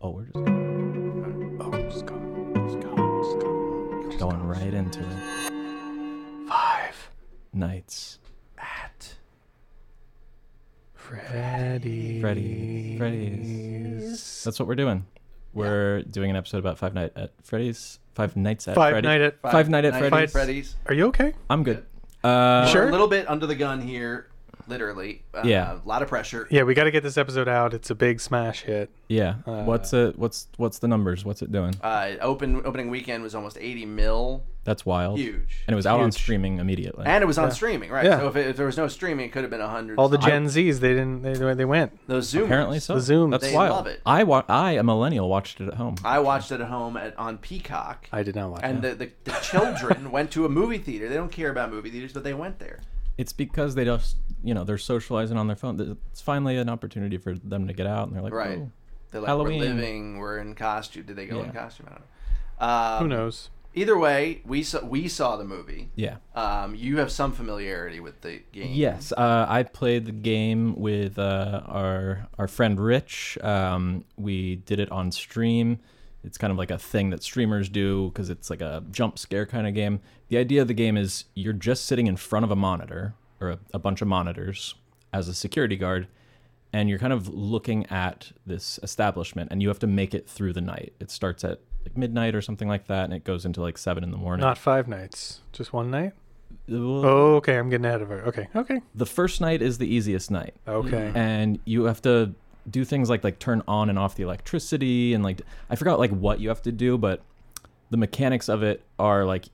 Oh, we're just Oh, it's gone. It's gone. It's gone. It's going gone. right into it. Five Nights. at Freddy. Freddy. Freddy's. That's what we're doing. We're doing an episode about Five Night at Freddy's. Five Nights at Five Freddy. night at. Five, Night at Freddy's. Freddy's. Freddy's. Are you okay? I'm good. Uh, Sure. A little bit under the gun here, literally. Uh, Yeah. A lot of pressure. Yeah, we got to get this episode out. It's a big smash hit. Yeah. what's it? What's what's the numbers? What's it doing? Uh, open opening weekend was almost 80 mil. That's wild. Huge. And it was out on Huge. streaming immediately. And it was on streaming, right? Yeah. So if, it, if there was no streaming, it could have been 100. All the Gen Zs, they didn't. They they went. Those Zoom. Apparently so. The Zoom. That's They wild. love it. I wa- I a millennial watched it at home. I watched it at home at, on Peacock. I did not watch. and the, the, the children went to a movie theater. They don't care about movie theaters, but they went there. it's because they just you know they're socializing on their phone. Th- It's finally an opportunity for them to get out, and they're like, Right. "Oh." They're like, Halloween. we're living, we're in costume. Did they go in Yeah. costume? I don't know. Um, Who knows? Either way, we saw, we saw the movie. yeah. Um, you have some familiarity with the game. Yes, uh, I played the game with uh, our our friend Rich. Um, we did it on stream. It's kind of like a thing that streamers do because it's like a jump scare kind of game. The idea of the game is you're just sitting in front of a monitor or a, a bunch of monitors as a security guard, and you're kind of looking at this establishment, and you have to make it through the night. It starts at like midnight or something like that, and it goes into like seven in the morning. Not five nights. Just one night. Well, Oh, okay. I'm getting ahead of her. Okay. Okay. The first night is the easiest night. Okay. and you have to do things like like turn on and off the electricity and like I forgot like what you have to do, but the mechanics of it are like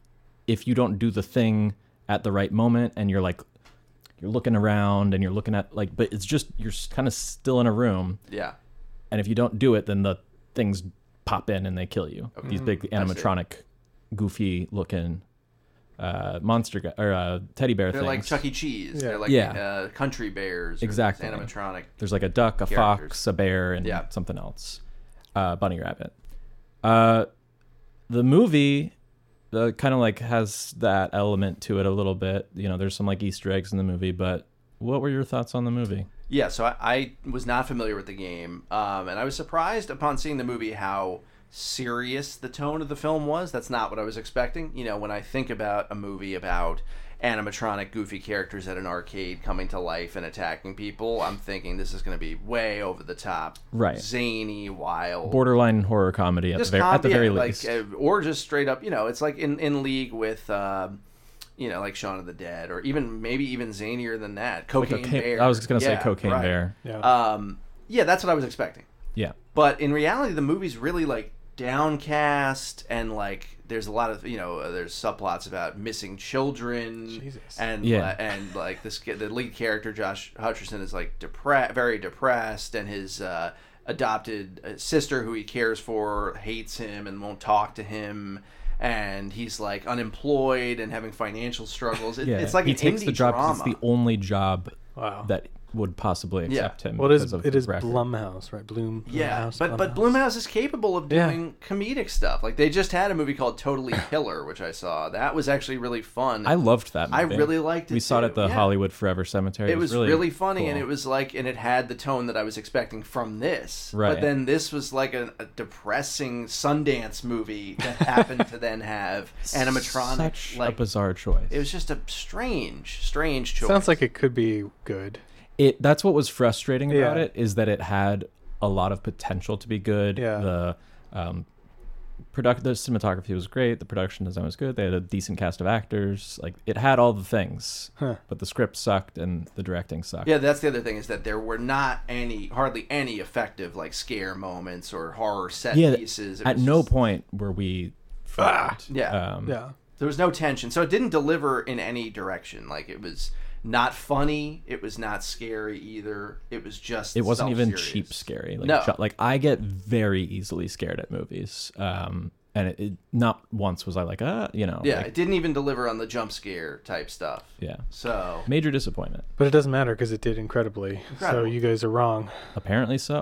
if you don't do the thing at the right moment and you're like you're looking around and you're looking at like but it's just you're kind of still in a room Yeah. and if you don't do it then the things pop in and they kill you. These big Oh, mm, see. animatronic goofy looking uh monster guy or uh teddy bear They're things. like Chuck E. Cheese. They're like Yeah. uh, country bears. or Exactly. Animatronic. There's like a duck, a Characters. fox, a bear, and Yeah. something else. Uh, bunny rabbit. Uh, the movie uh, kind of like has that element to it a little bit. You know, there's some like Easter eggs in the movie, but what were your thoughts on the movie? Yeah, so I, I was not familiar with the game, um, and I was surprised upon seeing the movie how serious the tone of the film was. That's not what I was expecting. You know, when I think about a movie about animatronic goofy characters at an arcade coming to life and attacking people, I'm thinking this is going to be way over the top, Right. Zany, wild, Borderline horror comedy at, the, just ver- com- at the yeah, very like, least. uh, or just straight up, you know, it's like in in league with. um you know, like Shaun of the Dead, or even maybe even zanier than that, Cocaine Cocaine- Bear. I was just gonna Yeah, say Cocaine right. Bear. yeah. Um, yeah, that's what I was expecting. Yeah, But in reality, the movie's really like downcast and like there's a lot of you know uh, there's subplots about missing children Jesus. and Yeah. uh, and like this ki- the lead character Josh Hutcherson is like depressed, very depressed, and his uh, adopted uh, sister who he cares for hates him and won't talk to him. And he's like unemployed and having financial struggles. It, yeah. It's like he an takes indie the job 'cause drama. it's the only job wow. that would possibly Yeah. accept him. well, it is. because of It his is record. Blumhouse, right? Bloom. Yeah, Blumhouse, but but Bloomhouse is capable of Yeah. doing comedic stuff. Like they just had a movie called Totally Killer, which I saw. That was actually really fun. I loved that. I movie. really liked it We saw it at too, the yeah. Hollywood Forever Cemetery. it was really, funny, and cool. it was like, and it had the tone that I was expecting from this. Right. But then this was like a, a depressing Sundance movie that happened to then have animatronic. Such like a bizarre choice. it was just a strange, strange choice. Sounds like it could be good. it that's what was frustrating about Yeah. it is that it had a lot of potential to be good. Yeah. The um product the cinematography was great, the production design was good, they had a decent cast of actors. Like it had all the things. Huh. But the script sucked and the directing sucked. Yeah, that's the other thing is that there were not any, hardly any effective like scare moments or horror set Yeah, pieces. It At was no just- point were we frightened. Yeah. Um, Ah, Yeah. there was no tension so it didn't deliver in any direction like it was not funny it was not scary either it was just it wasn't even cheap self-serious. scary. Like, No. ju- like I get very easily scared at movies. Um, and it, it not once was I like, ah, you know, yeah like, it didn't even deliver on the jump scare type stuff yeah, so major disappointment. But it doesn't matter because it did incredibly. So Incredible. you guys are wrong. Apparently so.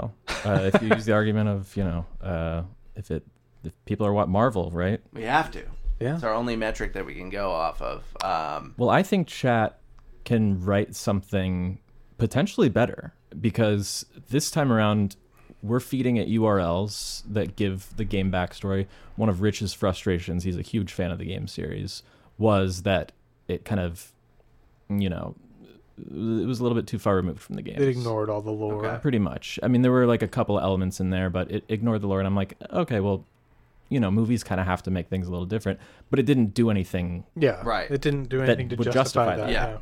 Uh, if you use the argument of you know, uh, if it if people are what Marvel, right? we have to Yeah. it's our only metric that we can go off of um Well, I think chat can write something potentially better because this time around we're feeding it URLs that give the game backstory. One of Rich's frustrations, he's a huge fan of the game series, was that it kind of, you know, it was a little bit too far removed from the game. It ignored all the lore. Okay. Pretty much. I mean, there were like a couple elements in there, but it ignored the lore. And I'm like, okay, well, you know, movies kind of have to make things a little different, but it didn't do anything Yeah, Right. It didn't do anything to would justify, justify that. that.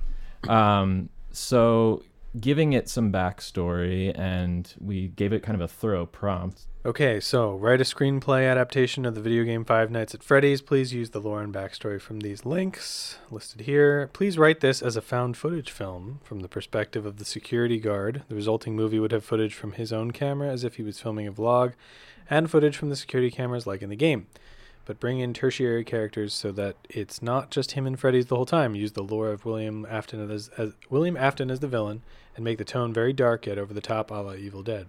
Yeah. Um, so giving it some backstory, and we gave it kind of a thorough prompt. Okay, so write a screenplay adaptation of the video game Five Nights at Freddy's. Please use the lore and backstory from these links listed here. Please write this as a found footage film from the perspective of the security guard. The resulting movie would have footage from his own camera as if he was filming a vlog, and footage from the security cameras like in the game. But bring in tertiary characters so that it's not just him and Freddy's the whole time. Use the lore of William Afton as, as William Afton as the villain, and make the tone very dark yet over the top, a la Evil Dead.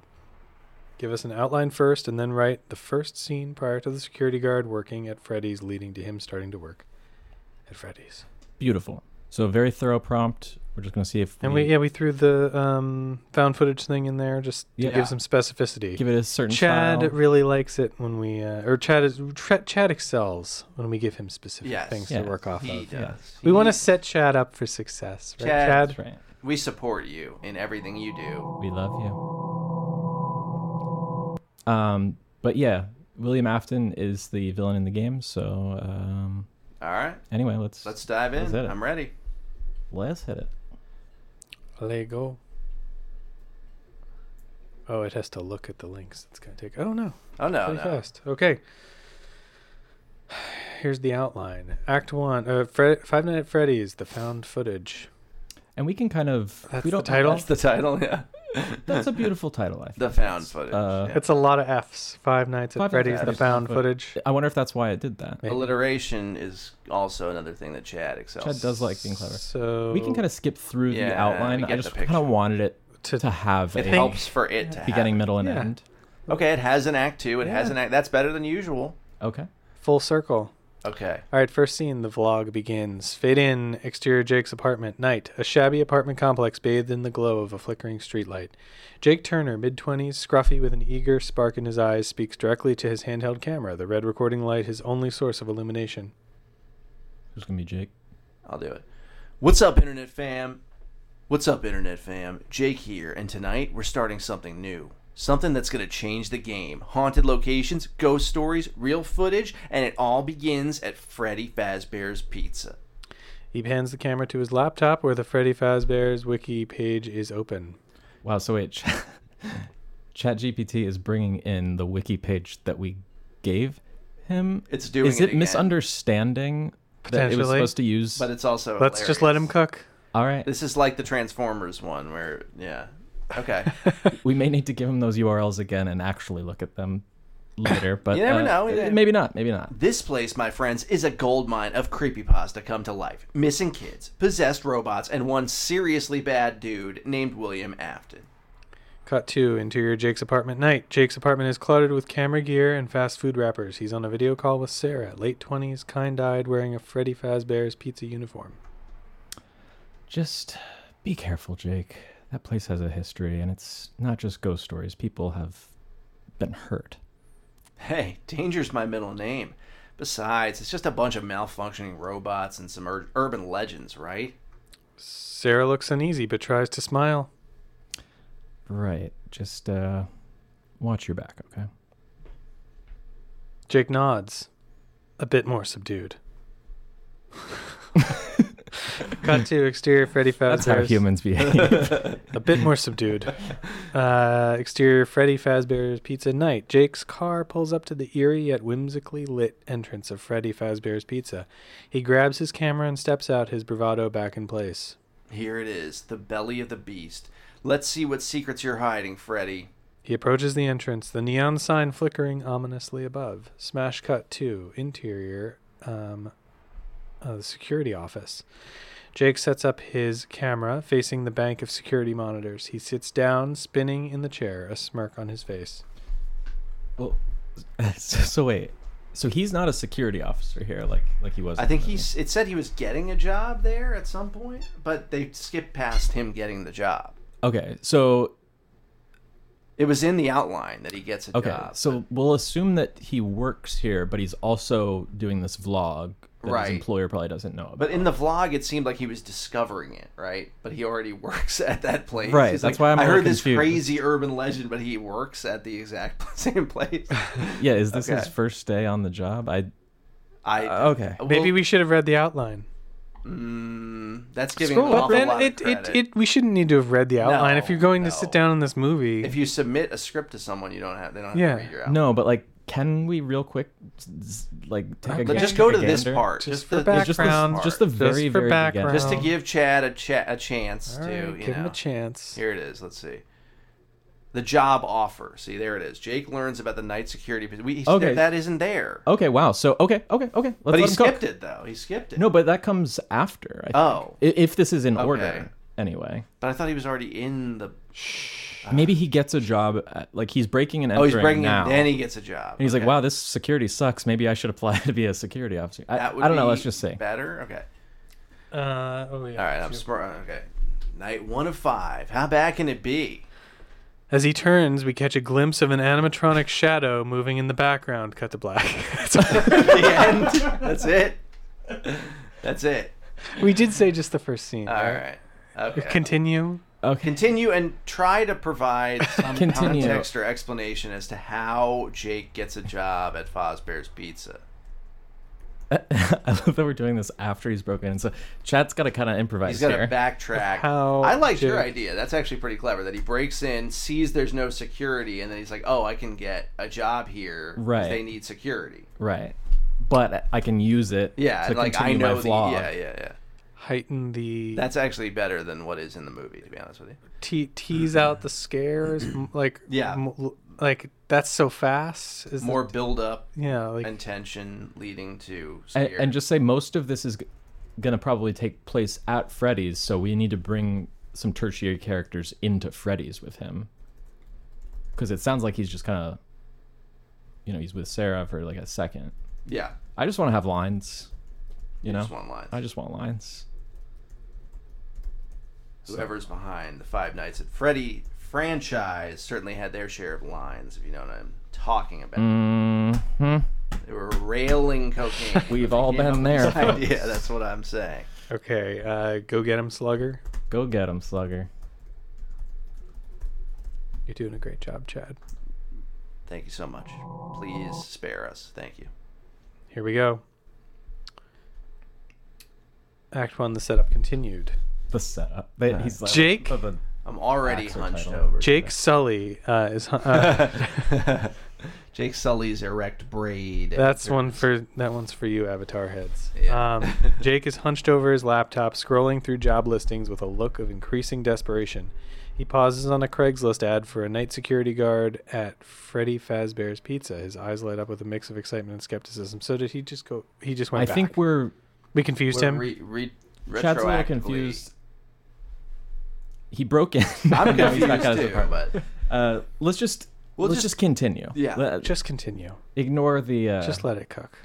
Give us an outline first, and then write the first scene prior to the security guard working at Freddy's, leading to him starting to work at Freddy's. Beautiful. So very thorough prompt. We're just gonna see if And we yeah we threw the um, found footage thing in there just Yeah. to give some specificity. give it a certain Chad file. really likes it when we uh, or Chad is tra- Chad excels when we give him specific Yes. things Yeah. to work off He of. Yeah. does. We want He- to set Chad up for success, right? Chad- Chad, That's right. We support you in everything you do. We love you. Um, but yeah, William Afton is the villain in the game. So um, All right, anyway, let's let's dive in. Let's hit it. I'm ready. let's hit it. Lego. Oh, it has to look at the links. It's gonna take. Oh no. Oh no, pretty no. fast. Okay. Here's the outline. Act one. Uh, Fred, Five Night at Freddy's. The found footage. And we can kind of That's we the don't, title? That's, That's the title. Yeah, that's a beautiful title. I think. the found footage. Uh, yeah. It's a lot of F's. Five Nights at Five Nights at Freddy's. The Freddy's, found but- footage. I wonder if that's why it did that. Maybe. Alliteration is also another thing that Chad excels. Chad does like being clever. So we can kind of skip through the Yeah, we outline. get I the just picture. kind of wanted it To- to have It a helps for it to beginning, happen. middle, and Yeah. end. Okay, it has an act two. It has Yeah. an act. That's better than usual. Okay. full circle. Okay. All right, first scene, the vlog begins. Fade in, exterior Jake's apartment, night. A shabby apartment complex bathed in the glow of a flickering streetlight. Jake Turner, mid 20s, scruffy with an eager spark in his eyes, speaks directly to his handheld camera, the red recording light his only source of illumination. There's gonna be Jake. I'll do it. What's up, Internet fam? What's up, Internet fam? Jake here, and tonight we're starting something new. Something that's going to change the game. Haunted locations, ghost stories, real footage, and it all begins at Freddy Fazbear's Pizza. He hands the camera to his laptop where the Freddy Fazbear's wiki page is open. Wow. So wait, Ch- ChatGPT is bringing in the wiki page that we gave him. It's doing Is it it again. misunderstanding that it was Potentially. supposed to use? But it's also. Let's just let him hilarious. cook. All right. This is like the Transformers one where, yeah. Okay. We may need to give him those URLs again and actually look at them later. But You never uh, know, yeah. Maybe not. Maybe not. This place, my friends, is a goldmine of creepypasta come to life. Missing kids, possessed robots, and one seriously bad dude named William Afton. Cut two, interior Jake's apartment night. Jake's apartment is cluttered with camera gear and fast food wrappers. He's on a video call with Sarah, late 20s, kind eyed, wearing a Freddy Fazbear's pizza uniform. Just be careful, Jake. That place has a history, and it's not just ghost stories. People have been hurt. Hey, danger's my middle name. Besides, it's just a bunch of malfunctioning robots and some ur- urban legends, right? Sarah looks uneasy but tries to smile. Right. Just uh, watch your back, okay? Jake nods, a bit more subdued. Cut two, exterior Freddy That's Fazbear's. how humans behave. a bit more subdued. Uh, exterior Freddy Fazbear's Pizza Night. Jake's car pulls up to the eerie yet whimsically lit entrance of Freddy Fazbear's Pizza. He grabs his camera and steps out, his bravado back in place. Here it is, the belly of the beast. Let's see what secrets you're hiding, Freddy. He approaches the entrance, the neon sign flickering ominously above. Smash cut to interior, um, uh, the security office. Jake sets up his camera facing the bank of security monitors. He sits down, spinning in the chair, a smirk on his face. well, so, so wait. So he's not a security officer here, like like he was. I in think the he's. It said he was getting a job there at some point, but they skipped past him getting the job. movie. okay. So It was in the outline that he gets a Okay, job. so we'll assume that he works here, but he's also doing this vlog that Right. his employer probably doesn't know about. But in the vlog, it seemed like he was discovering it, right? But he already works at that place. Right, He's that's like, why I'm I a heard little this confused. crazy urban legend, but he works at the exact same place. yeah, is this his Okay. first day on the job? I I okay. Maybe well, we should have read the outline. mm, that's giving him an Scroll up, awful then lot it, of it, credit. it we shouldn't need to have read the outline. if No, you're going to no. sit down in this movie, if you submit a script to someone, you don't have they don't have Yeah. to read your out. No, but like, can we real quick, s- like, take a But gander- just go to take a this gander? part. Just Just, for the It's just, the, Background. just the part. very for very background. beginning. just to give Chad a cha- a chance All to right, you give him know. a chance. Here it is. Let's see. The job offer. See, there it is. Jake learns about the night security. posi- We, Okay. That isn't there. Okay, wow. So okay, okay, okay. Let's but he let him cook. skipped it, though. He skipped it. No, but that comes after. I think. Oh. I- if this is in Okay. order anyway. But I thought he was already in the. Maybe he gets a job. At, like he's breaking and Ah. Oh, entering he's breaking now. in. Then he gets a job. And he's like, "Wow, this security sucks. Maybe I should apply to be a security officer." I, I That would don't know. be Let's just see. Better? Okay. Uh, oh yeah. All right. I'm smart. Okay. Night one of five. How bad can it be? As he turns, we catch a glimpse of an animatronic shadow moving in the background. Cut to black. the end. That's it. That's it. we did say just the first scene. All right? right. Okay. Continue. Okay. Continue and try to provide some Continue. context or explanation as to how Jake gets a job at Fosbear's Pizza. I love that we're doing this after he's broken. in. So Chad's got to kind of improvise He's got here. to backtrack. How I liked your Jake- idea. That's actually pretty clever. That he breaks in, sees there's no security, and then he's like, "Oh, I can get a job here. 'cause Right. They need security. right. But I can use it. Yeah. To and like I continue know my the. vlog. Yeah, yeah, yeah. Heighten the That's actually better than what is in the movie, to be honest with you. te- tease out the scares. m- like Yeah. m- l- like that's so fast. Is More build up the, yeah. Like and tension leading to And, scare. and just say most of this is g- gonna probably take place at Freddy's, so we need to bring some tertiary characters into Freddy's with him. Because it sounds like he's just kind of, you know, he's with Sarah for like a second. yeah, I just want to have lines. You know, just one line. I just want lines. Whoever's behind the Five Nights at Freddy franchise certainly had their share of lines, if you know what I'm talking about. hmm They were railing cocaine. We've all been there. folks. yeah, that's what I'm saying. okay. Uh, go get him, Slugger. Go get him, Slugger. You're doing a great job, Chad. Thank you so much. Please spare us. Thank you. Here we go. Act one. The setup continued. The setup. They, he's like, Jake? but the- I'm already Axel hunched title. over. Jake Sully uh, is. hu- Uh, Jake Sully's erect braid. That's one for that one's for you, Avatar heads. Yeah. Um, Jake is hunched over his laptop, scrolling through job listings with a look of increasing desperation. He pauses on a Craigslist ad for a night security guard at Freddy Fazbear's Pizza. His eyes light up with a mix of excitement and skepticism. So did he just go? He just went. I back. think we're we confused We're him. Re- re- Chad's a retroactively- little confused. He broke in. I'm No, he's confused back out of the too, apartment. but Uh, let's just We'll let's just- just, continue. Yeah. Let- just continue. ignore the. Uh, Just let it cook.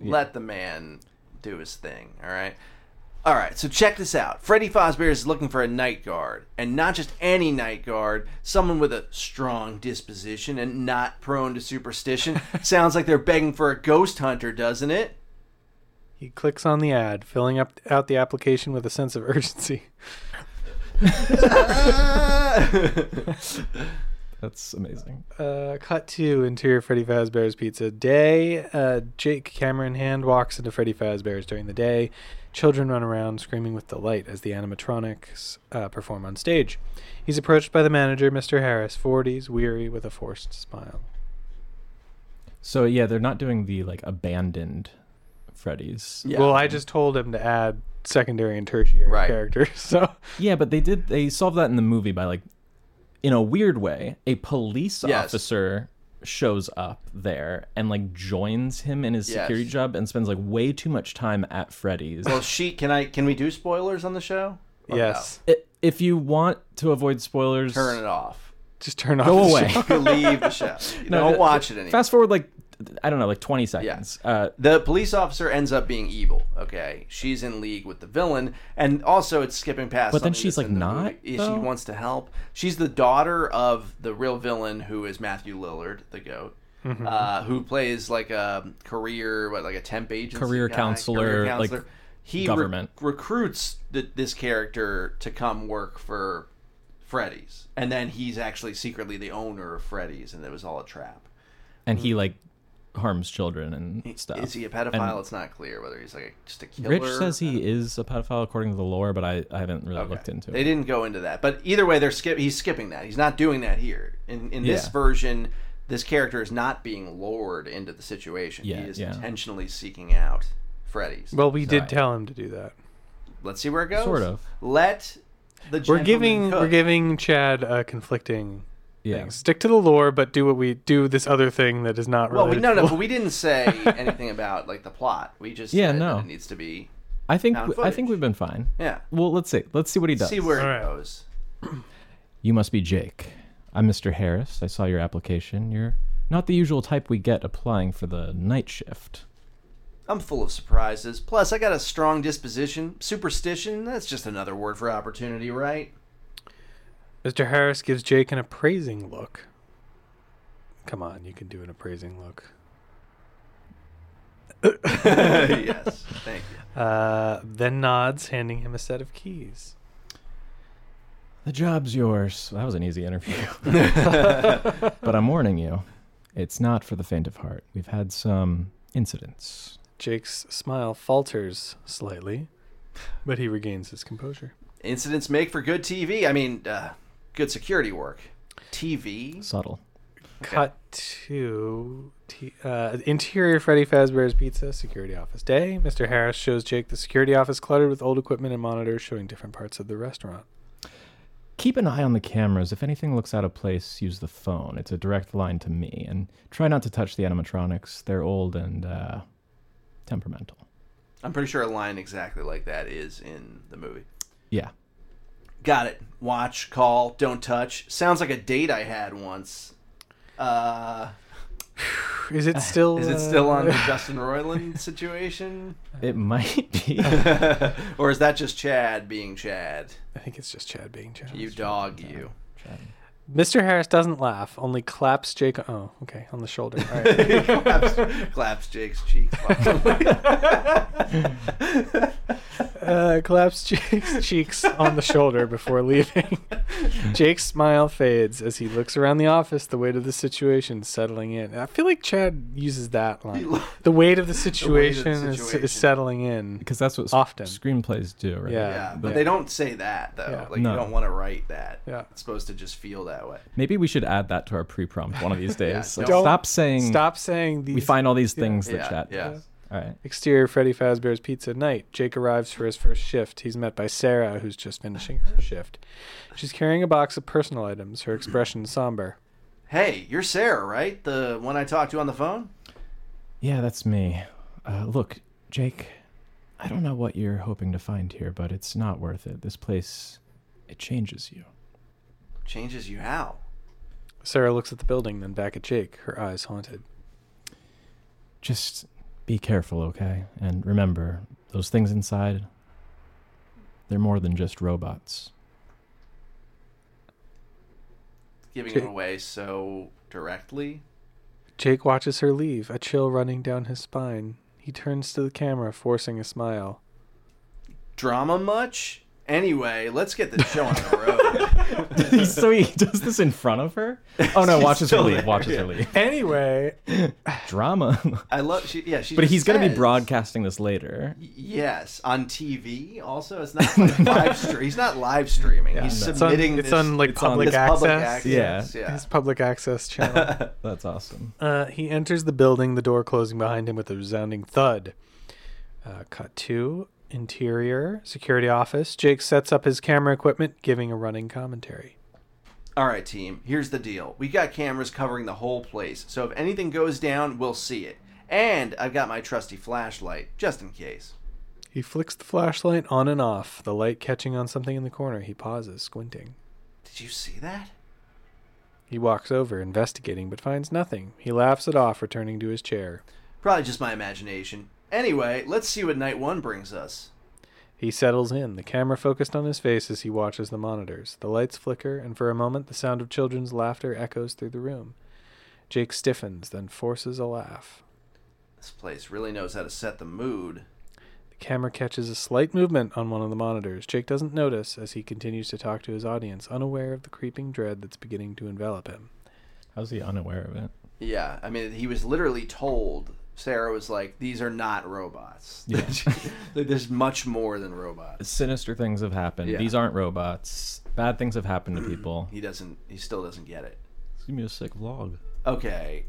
Let the man do his thing, all right? All right, so check this out. Freddy Fazbear is looking for a night guard, and not just any night guard, someone with a strong disposition and not prone to superstition. Sounds like they're begging for a ghost hunter, doesn't it? He clicks on the ad, filling up out the application with a sense of urgency. that's amazing. Uh, cut to interior Freddy Fazbear's Pizza Day. Uh, Jake camera in hand walks into Freddy Fazbear's during the day. Children run around screaming with delight as the animatronics uh, perform on stage. He's approached by the manager, Mr. Harris, 40s, weary with a forced smile. So yeah, they're not doing the like abandoned Freddy's. Yeah. well, I just told him to add secondary and tertiary Right. characters. So Yeah, but they did. They solved that in the movie by like, in a weird way, a police Yes. officer shows up there and like joins him in his Yes. security job and spends like way too much time at Freddy's. Well, she can I can we do spoilers on the show? Or no? yes, I- if you want to avoid spoilers, Turn it off. just turn off. go the away. show. You can leave the show. You No, don't the- watch it anymore. Fast forward like I don't know, like 20 seconds. Uh, the police officer ends up being evil. Okay, she's in league with the villain, and also it's skipping past. But then something she's, that's in like, the not, movie. Yeah, though? She wants to help. She's the daughter of the real villain, who is Matthew Lillard, the goat, Mm-hmm. uh, who plays like a career, what, like a temp agency, Career guy, counselor, like, he re- government. recruits th this character to come work for Freddy's, and then he's actually secretly the owner of Freddy's, and it was all a trap. and he like harms children and stuff. Is Mm-hmm. he a pedophile? And- it's not clear whether he's like a, just a killer. Uh, Rich says he is a pedophile according to the lore, but I, I haven't really looked into They it. didn't go into that, but either way, they're skip. He's skipping that. He's not doing that here. In in this Yeah. version, this character is not being lured into the situation. Yeah, he is yeah. intentionally seeking out Freddy's. Well, we did Right. tell him to do that. let's see where it goes. Sort of. Let the We're gentleman giving cook. we're giving Chad uh, conflicting Yeah. things. Stick to the lore, but do what we do this other thing that is not Well, related. we, no, no, but we didn't say anything about like the plot. We just Yeah, said that no. it needs to be I think Found I think footage. we've been fine. yeah. Well, let's see. Let's see what he does. See where All it right. goes. You must be Jake. I'm Mr. Harris. I saw your application. You're not the usual type we get applying for the night shift. I'm full of surprises. Plus, I got a strong disposition. Superstition, that's just another word for opportunity, right? Mr. Harris gives Jake an appraising look. Come on, you can do an appraising look. yes, thank you. Uh, then nods, handing him a set of keys. The job's yours. That was an easy interview. but I'm warning you, it's not for the faint of heart. We've had some incidents. Jake's smile falters slightly, but he regains his composure. Incidents make for good TV. I mean, uh, good security work. TV? Subtle. Cut to t- uh, interior Freddy Fazbear's Pizza security office day. Mr. Harris shows Jake the security office cluttered with old equipment and monitors showing different parts of the restaurant. Keep an eye on the cameras. If anything looks out of place, use the phone. It's a direct line to me. And try not to touch the animatronics. They're old and uh, temperamental. I'm pretty sure a line exactly like that is in the movie. Yeah. Got it. Watch, call, don't touch. Sounds like a date I had once. Uh, Is it still? is uh, it still on the Justin Roiland situation? It might be. or is that just Chad being Chad? I think it's just Chad being Chad. You dog, you. Mr. Harris doesn't laugh, only claps Jake. Oh, okay, on the shoulder. All right. claps, claps Jake's cheeks. uh, claps Jake's cheeks on the shoulder before leaving. Jake's smile fades as he looks around the office, the weight of the situation settling in. I feel like Chad uses that line. The weight of the weight of situation, the Is, is situation. settling in. Because that's what s- Often. screenplays do, right? Yeah. Yeah, but they don't say that though. Yeah. Like No. you don't want to write that. Yeah. It's supposed to just feel that way. Maybe we should add that to our pre-prompt one of these days. Like, don't- stop saying Stop saying these we find all these things Yeah, that chat. yeah. All right. Exterior Freddy Fazbear's Pizza night. Jake arrives for his first shift. He's met by Sarah, who's just finishing her shift. She's carrying a box of personal items, her expression somber. Hey, you're Sarah, right? The one I talked to on the phone? Yeah, that's me. Uh, look, Jake, I don't know what you're hoping to find here, but it's not worth it. This place, it changes you. Changes you how? Sarah looks at the building, then back at Jake, her eyes haunted. Just be careful, okay? And remember, those things inside, they're more than just robots. Giving Ch- it away so directly. Jake watches her leave, a chill running down his spine. He turns to the camera, forcing a smile. Drama much? Anyway, let's get this show on the road. so he does this in front of her? Oh no, watches her still leave. there, Watches yeah. her leave. Anyway, Drama. I love she yeah, she but just he's going to be says- broadcasting this later. Yes, on TV. Also, it's not like live stream. He's not live streaming. he's no. It's on- submitting it's this, on, like, this public public access. access, Yeah. yeah. his public access channel. That's awesome. Uh, he enters the building, the door closing behind him with a resounding thud. Uh, cut to interior security office. Jake sets up his camera equipment, giving a running commentary. All right, team, here's the deal. We got cameras covering the whole place, so if anything goes down, we'll see it. And I've got my trusty flashlight, just in case. He flicks the flashlight on and off, the light catching on something in the corner. He pauses, squinting. Did you see that? He He walks over, investigating, but finds nothing. He laughs it off, returning to his chair. Probably just my imagination. Anyway, let's see what night one brings us. He settles in, the camera focused on his face as he watches the monitors. The lights flicker, and for a moment the sound of children's laughter echoes through the room. Jake stiffens, then forces a laugh. This place really knows how to set the mood. The camera catches a slight movement on one of the monitors. Jake doesn't notice as he continues to talk to his audience, unaware of the creeping dread that's beginning to envelop him. How's he unaware of it? Yeah, I mean, he was literally told. Sarah was like, "These are not robots. There's much more than robots." Sinister things have happened. Yeah. These aren't robots. Bad things have happened to people. He doesn't. He still doesn't get it. It's gonna be a sick vlog. Okay.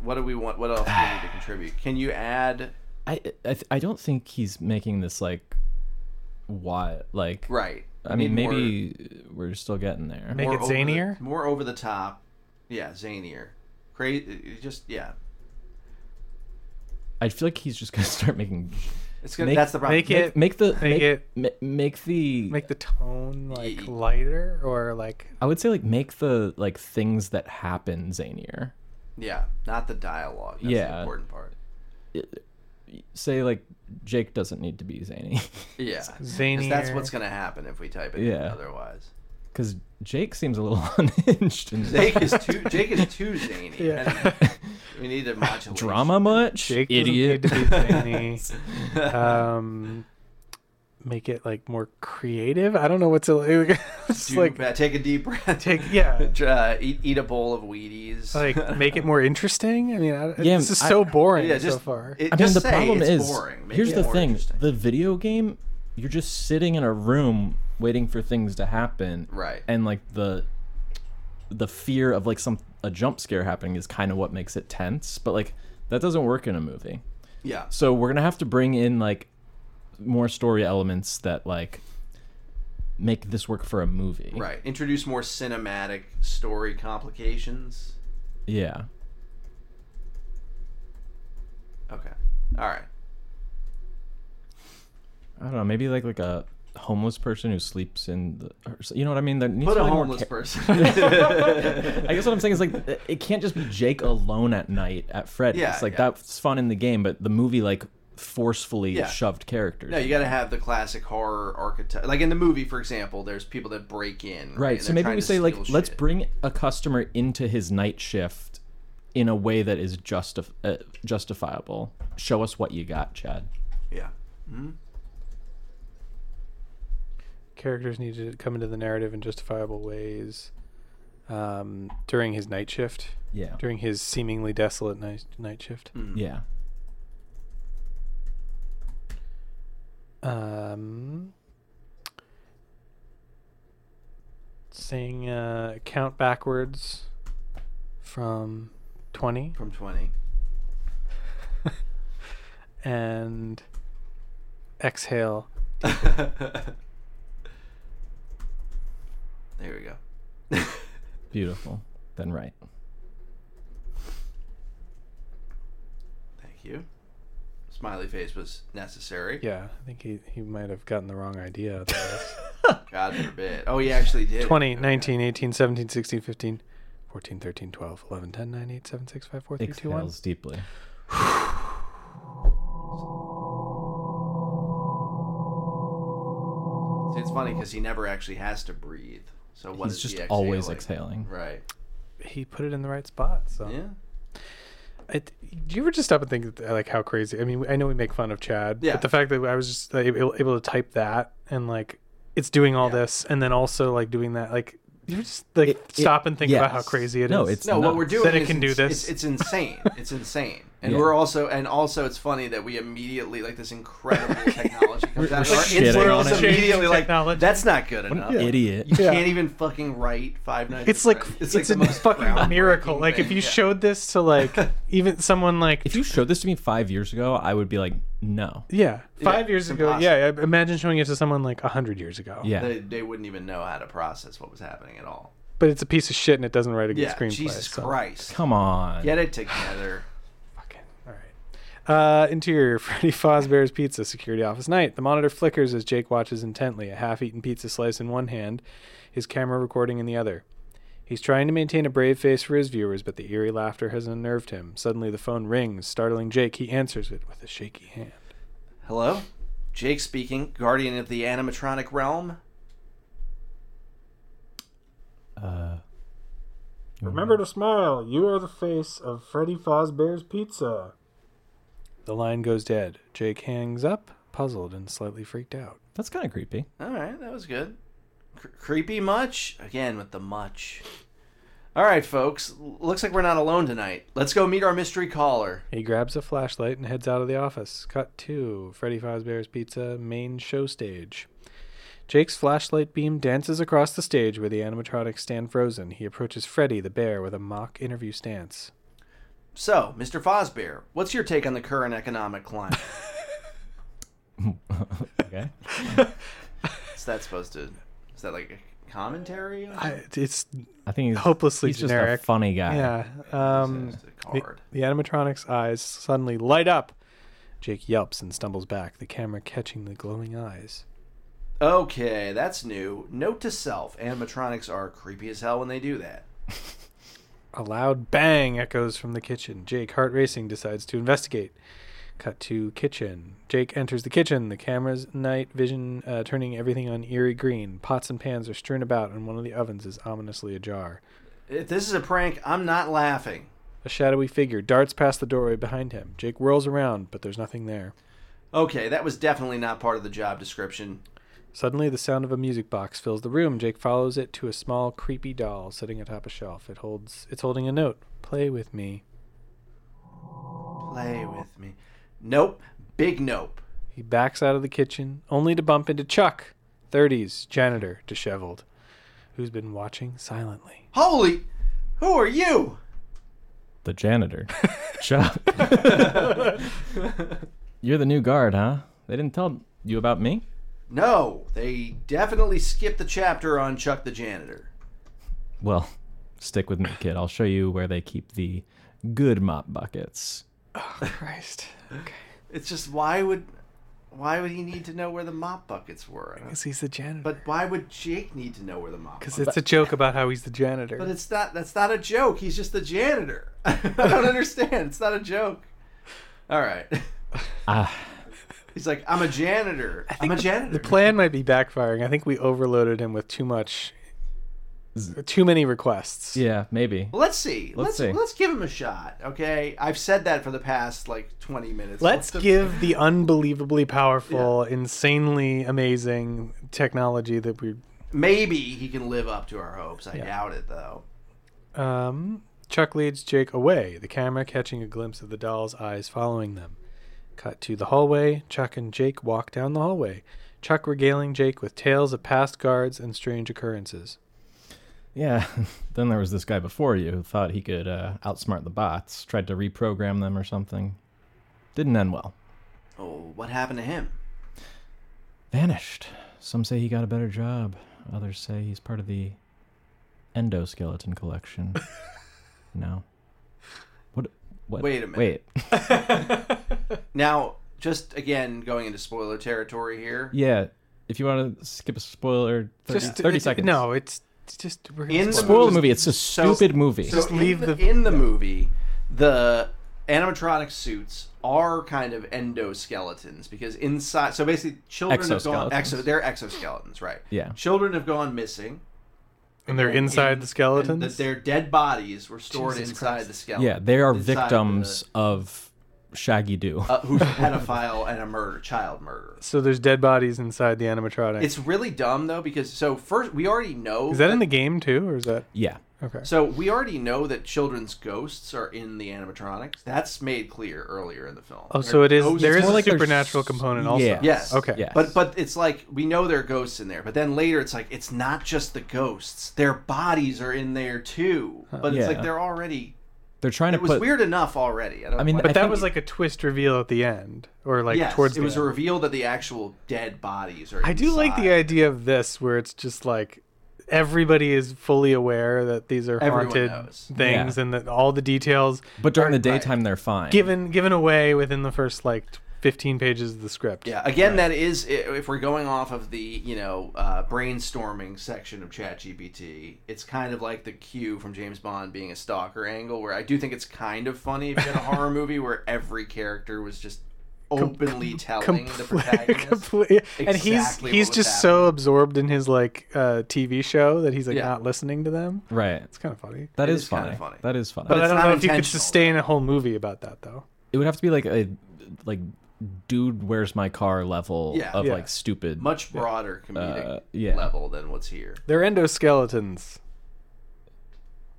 What do we want? What else do we need to contribute? Can you add? I I, th- I don't think he's making this like what like Right. I mean maybe we're still getting there. Make it over the- zanier? more over the top. Yeah, zanier. Crazy. Just yeah. I feel like he's just gonna start making It's gonna. Make- that's the problem. make it- make the Make it- ma- make the Make the tone like Ye- lighter or like I would say like make the like things that happen zanier. Yeah, not the dialogue. That's the Yeah. important part. Say like Jake doesn't need to be zany Yeah. zany. Because that's what's gonna happen if we type it in Yeah. otherwise. because Jake seems a little unhinged. in this. Jake is too Jake is too zany. Yeah. And we need to modulate drama much. Jake doesn't Idiot. need to be zany. um, make it like more creative. I don't know what's a, it's Do like ba- take a deep breath. take yeah. uh, eat eat a bowl of Wheaties. Like make it more interesting. I mean, I, Yeah, this is I- so boring yeah, just so far. It, I mean, just the say problem it's is boring. Make here's it the more thing: interesting. the video game, you're just sitting in a room waiting for things to happen, Right. And like the the fear of like some a jump scare happening is kind of what makes it tense, but like that doesn't work in a movie. yeah. So we're gonna have to bring in like more story elements that like make this work for a movie, Right. Introduce more cinematic story complications. Yeah. Okay. All right. I don't know, maybe like like a homeless person who sleeps in the, or, so- you know what I mean? There needs Put to a be more homeless cha- person. I guess what I'm saying is like it- it can't just be Jake alone at night at Freddy's. Yeah, like yeah. that's fun in the game, but the movie like forcefully Yeah. shoved characters. No, in. you got to have the classic horror archetype. Like in the movie, for example, there's people that break in. right. and so they're maybe trying we to say like steal let's shit. bring a customer into his night shift in a way that is justif- uh, justifiable. Show us what you got, Chad. Yeah. Characters need to come into the narrative in justifiable ways. Um, during his night shift, Yeah. during his seemingly desolate night night shift. Mm. Yeah. Um, saying uh, count backwards from 20 From 20. and exhale. there we go. Beautiful. Then right. Thank you. Smiley face was necessary. Yeah, I think he, he might have gotten the wrong idea. otherwise. God forbid. Oh, he actually did. 20, 19, 18, 17, 16, 15, 14, 13, 12, 11, 10, 9, 8, 7, 6, 5, 4, 3, 2, 1. Exhales deeply. See, it's funny because he never actually has to breathe. So what He's is just he always exhaling? exhaling. Right. He put it in the right spot. So, Yeah. It, do you ever just stop and think like how crazy? I mean, I know we make fun of Chad, Yeah. but the fact that I was just like, able, able to type that and like it's doing all Yeah. this, and then also like doing that, like you ever just like It- it- stop and think about how yes. crazy it is. No, it's- No, what nuts. we're doing That it is can do ins- this. It's, it's insane. It's insane. And Yeah. we're also and also it's funny that we immediately like this incredible technology comes out. we're shitting and our on instincts it. immediately like Technology. that's not good enough. Idiot. You Yeah. can't even fucking write Five Nights. it's at like Freddy's. it's, the a most fucking groundbreaking miracle. Like if thing. you Yeah. showed this to like even someone like If you showed this to me five years ago, I would be like, no. yeah five years it's ago, impossible. yeah, I- imagine showing it to someone like hundred years ago. Yeah. they, they wouldn't even know how to process what was happening at all. but it's a piece of shit and it doesn't write a good Yeah, screenplay. Jesus so- Christ, Come on. get it together. Fucking. All right. Uh, interior Freddy Fazbear's Pizza, security office night. The monitor flickers as Jake watches intently, a half eaten pizza slice in one hand, his camera recording in the other. He's trying to maintain a brave face for his viewers, but the eerie laughter has unnerved him. Suddenly, the phone rings, startling Jake. He answers it with a shaky hand. Hello? Jake speaking, guardian of the animatronic realm. Uh, Remember to smile. You are the face of Freddy Fazbear's Pizza. The line goes dead. Jake hangs up, puzzled and slightly freaked out. that's kind of creepy. All right, that was good. Cre- creepy much? Again with the much. All right, folks. l- Looks like we're not alone tonight. Let's go meet our mystery caller. He grabs a flashlight and heads out of the office. Cut to Freddy Fazbear's Pizza main show stage. Jake's flashlight beam dances across the stage where the animatronics stand frozen. He approaches Freddy the bear with a mock interview stance. So, Mr. Fosbear, what's your take on the current economic climate? Okay. is that supposed to? Is that like a commentary? on I, it's I think he's Hopelessly he's generic. Just a funny guy. yeah. Um, Just a the, card. the animatronic's eyes suddenly light up. Jake yelps and stumbles back, the camera catching the glowing eyes. Okay, that's new. Note to self: animatronics are creepy as hell when they do that. A loud bang echoes from the kitchen. Jake, heart racing, decides to investigate. Cut to kitchen. Jake enters the kitchen, the camera's night vision uh, turning everything on eerie green. Pots and pans are strewn about, and one of the ovens is ominously ajar. If this is a prank, I'm not laughing. A shadowy figure darts past the doorway behind him. Jake whirls around, but there's nothing there. Okay, that was definitely not part of the job description. Suddenly, the sound of a music box fills the room. Jake follows it to a small, creepy doll sitting atop a shelf. It holds. It's holding a note. Play with me. Play with me. Nope. Big nope. He backs out of the kitchen, only to bump into Chuck, 30s, janitor, disheveled, who's been watching silently. Holy! Who are you? The janitor. Chuck. You're the new guard, huh? They didn't tell you about me? No, they definitely skipped the chapter on Chuck the janitor. Well, stick with me, kid. I'll show you where they keep the good mop buckets. Christ. Okay. It's just why would why would he need to know where the mop buckets were? I don't- Because he's the janitor. But why would Jake need to know where the mop? Because it's Buckets? a joke about how he's the janitor. But it's not. That's not a joke. He's just the janitor. I don't understand. It's not a joke. All right. Ah. He's like, I'm a janitor. I'm a janitor. the plan might be backfiring. I think we overloaded him with too much, too many requests. Yeah, maybe. Let's see. Let's Let's let's, see. give him a shot. Okay. I've said that for the past like 20 minutes. Let's give the unbelievably powerful, insanely amazing technology that we. Maybe he can live up to our hopes. I doubt it though. Um, Chuck leads Jake away, the camera catching a glimpse of the doll's eyes following them. Cut to the hallway. Chuck and Jake walk down the hallway, Chuck regaling Jake with tales of past guards and strange occurrences. Yeah. then there was this guy before you who thought he could uh, outsmart the bots, tried to reprogram them or something. Didn't end well. Oh, what happened to him? Vanished. Some say he got a better job. Others say he's part of the endoskeleton collection. no. What? What? Wait a minute. Wait. Now, just again going into spoiler territory here. Yeah. If you want to skip a spoiler, 30, 30 it- seconds. No, it's it's just we're In gonna the spoil- Spoil the movie. It's a So- stupid movie. So Just in leave the, the- in the movie, the animatronic suits are kind of endoskeletons because inside. So basically, children have gone. Exoskeletons. Exo, they're exoskeletons, right? Yeah. Children have gone missing. and they're inside the And skeletons. that their dead bodies were stored Jesus inside Christ. the skeleton. yeah, they are inside victims of Shaggy Doo. the- uh, who's a pedophile and a murder, child murderer. so there's dead bodies inside the animatronic. It's really dumb though because so first we already know is that in the game too, or is that yeah. okay? So we already know that children's ghosts are in the animatronics. That's made clear earlier in the film. Oh, so it is. Ghosts- There is more a like there's- supernatural component also. Yeah. Yes. Okay. Yeah. But but it's like we know there are ghosts in there, but then later it's like it's not just the ghosts; their bodies are in there too. Uh, But it's Yeah. like they're already. They're trying It to was put. weird enough already. I, don't I mean, like- But I that think- was like a twist reveal at the end, or like yes, towards it the was end. revealed that the actual dead bodies are. I do like the inside. idea of this where it's just like everybody is fully aware that these are Everyone haunted knows. things Yeah. and that all the details But during the Right. daytime, they're fine. given given away within the first like 15 pages of the script. Yeah. Again, that is i- if we're going off of the you know uh, brainstorming section of ChatGPT, it's kind of like the cue from James Bond being a stalker angle, where I do think it's kind of funny if you had a horror movie where every character was just openly telling the protagonist. Complete- and he's exactly what he's was just so absorbed in his like uh, TV show that he's like Yeah. not listening to them. Right. It's kind of funny. That It is, is kinda funny. funny. That is funny. But I it's don't not know if you could intentional. sustain a whole movie about that though. it would have to be like a like dude where's my car level Yeah. of Yeah. like stupid much broader comedic Uh, yeah. level than what's here. They're endoskeletons.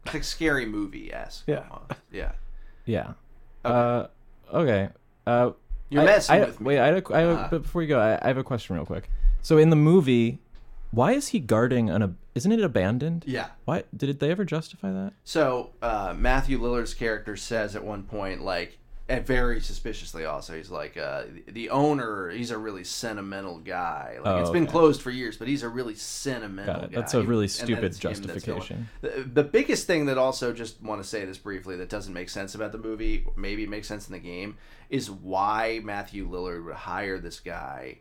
It's like scary movie esque. Yeah. Yeah. yeah uh okay uh You're I- messing I- with me. Ah. wait I, had a- I had a- but before we go I, I have a question real quick so in the movie why is he guarding an ab- isn't it abandoned Yeah. why did they ever justify that So uh, Matthew Lillard's character says at one point, like, and very suspiciously also, he's like, uh, the owner, he's a really sentimental guy. Like, Oh, it's been okay. closed for years, but he's a really sentimental Got it. guy. That's a really And then stupid it's him that's justification. going- The, the biggest thing that also, just want to say this briefly, that doesn't make sense about the movie, maybe makes sense in the game, is why Matthew Lillard would hire this guy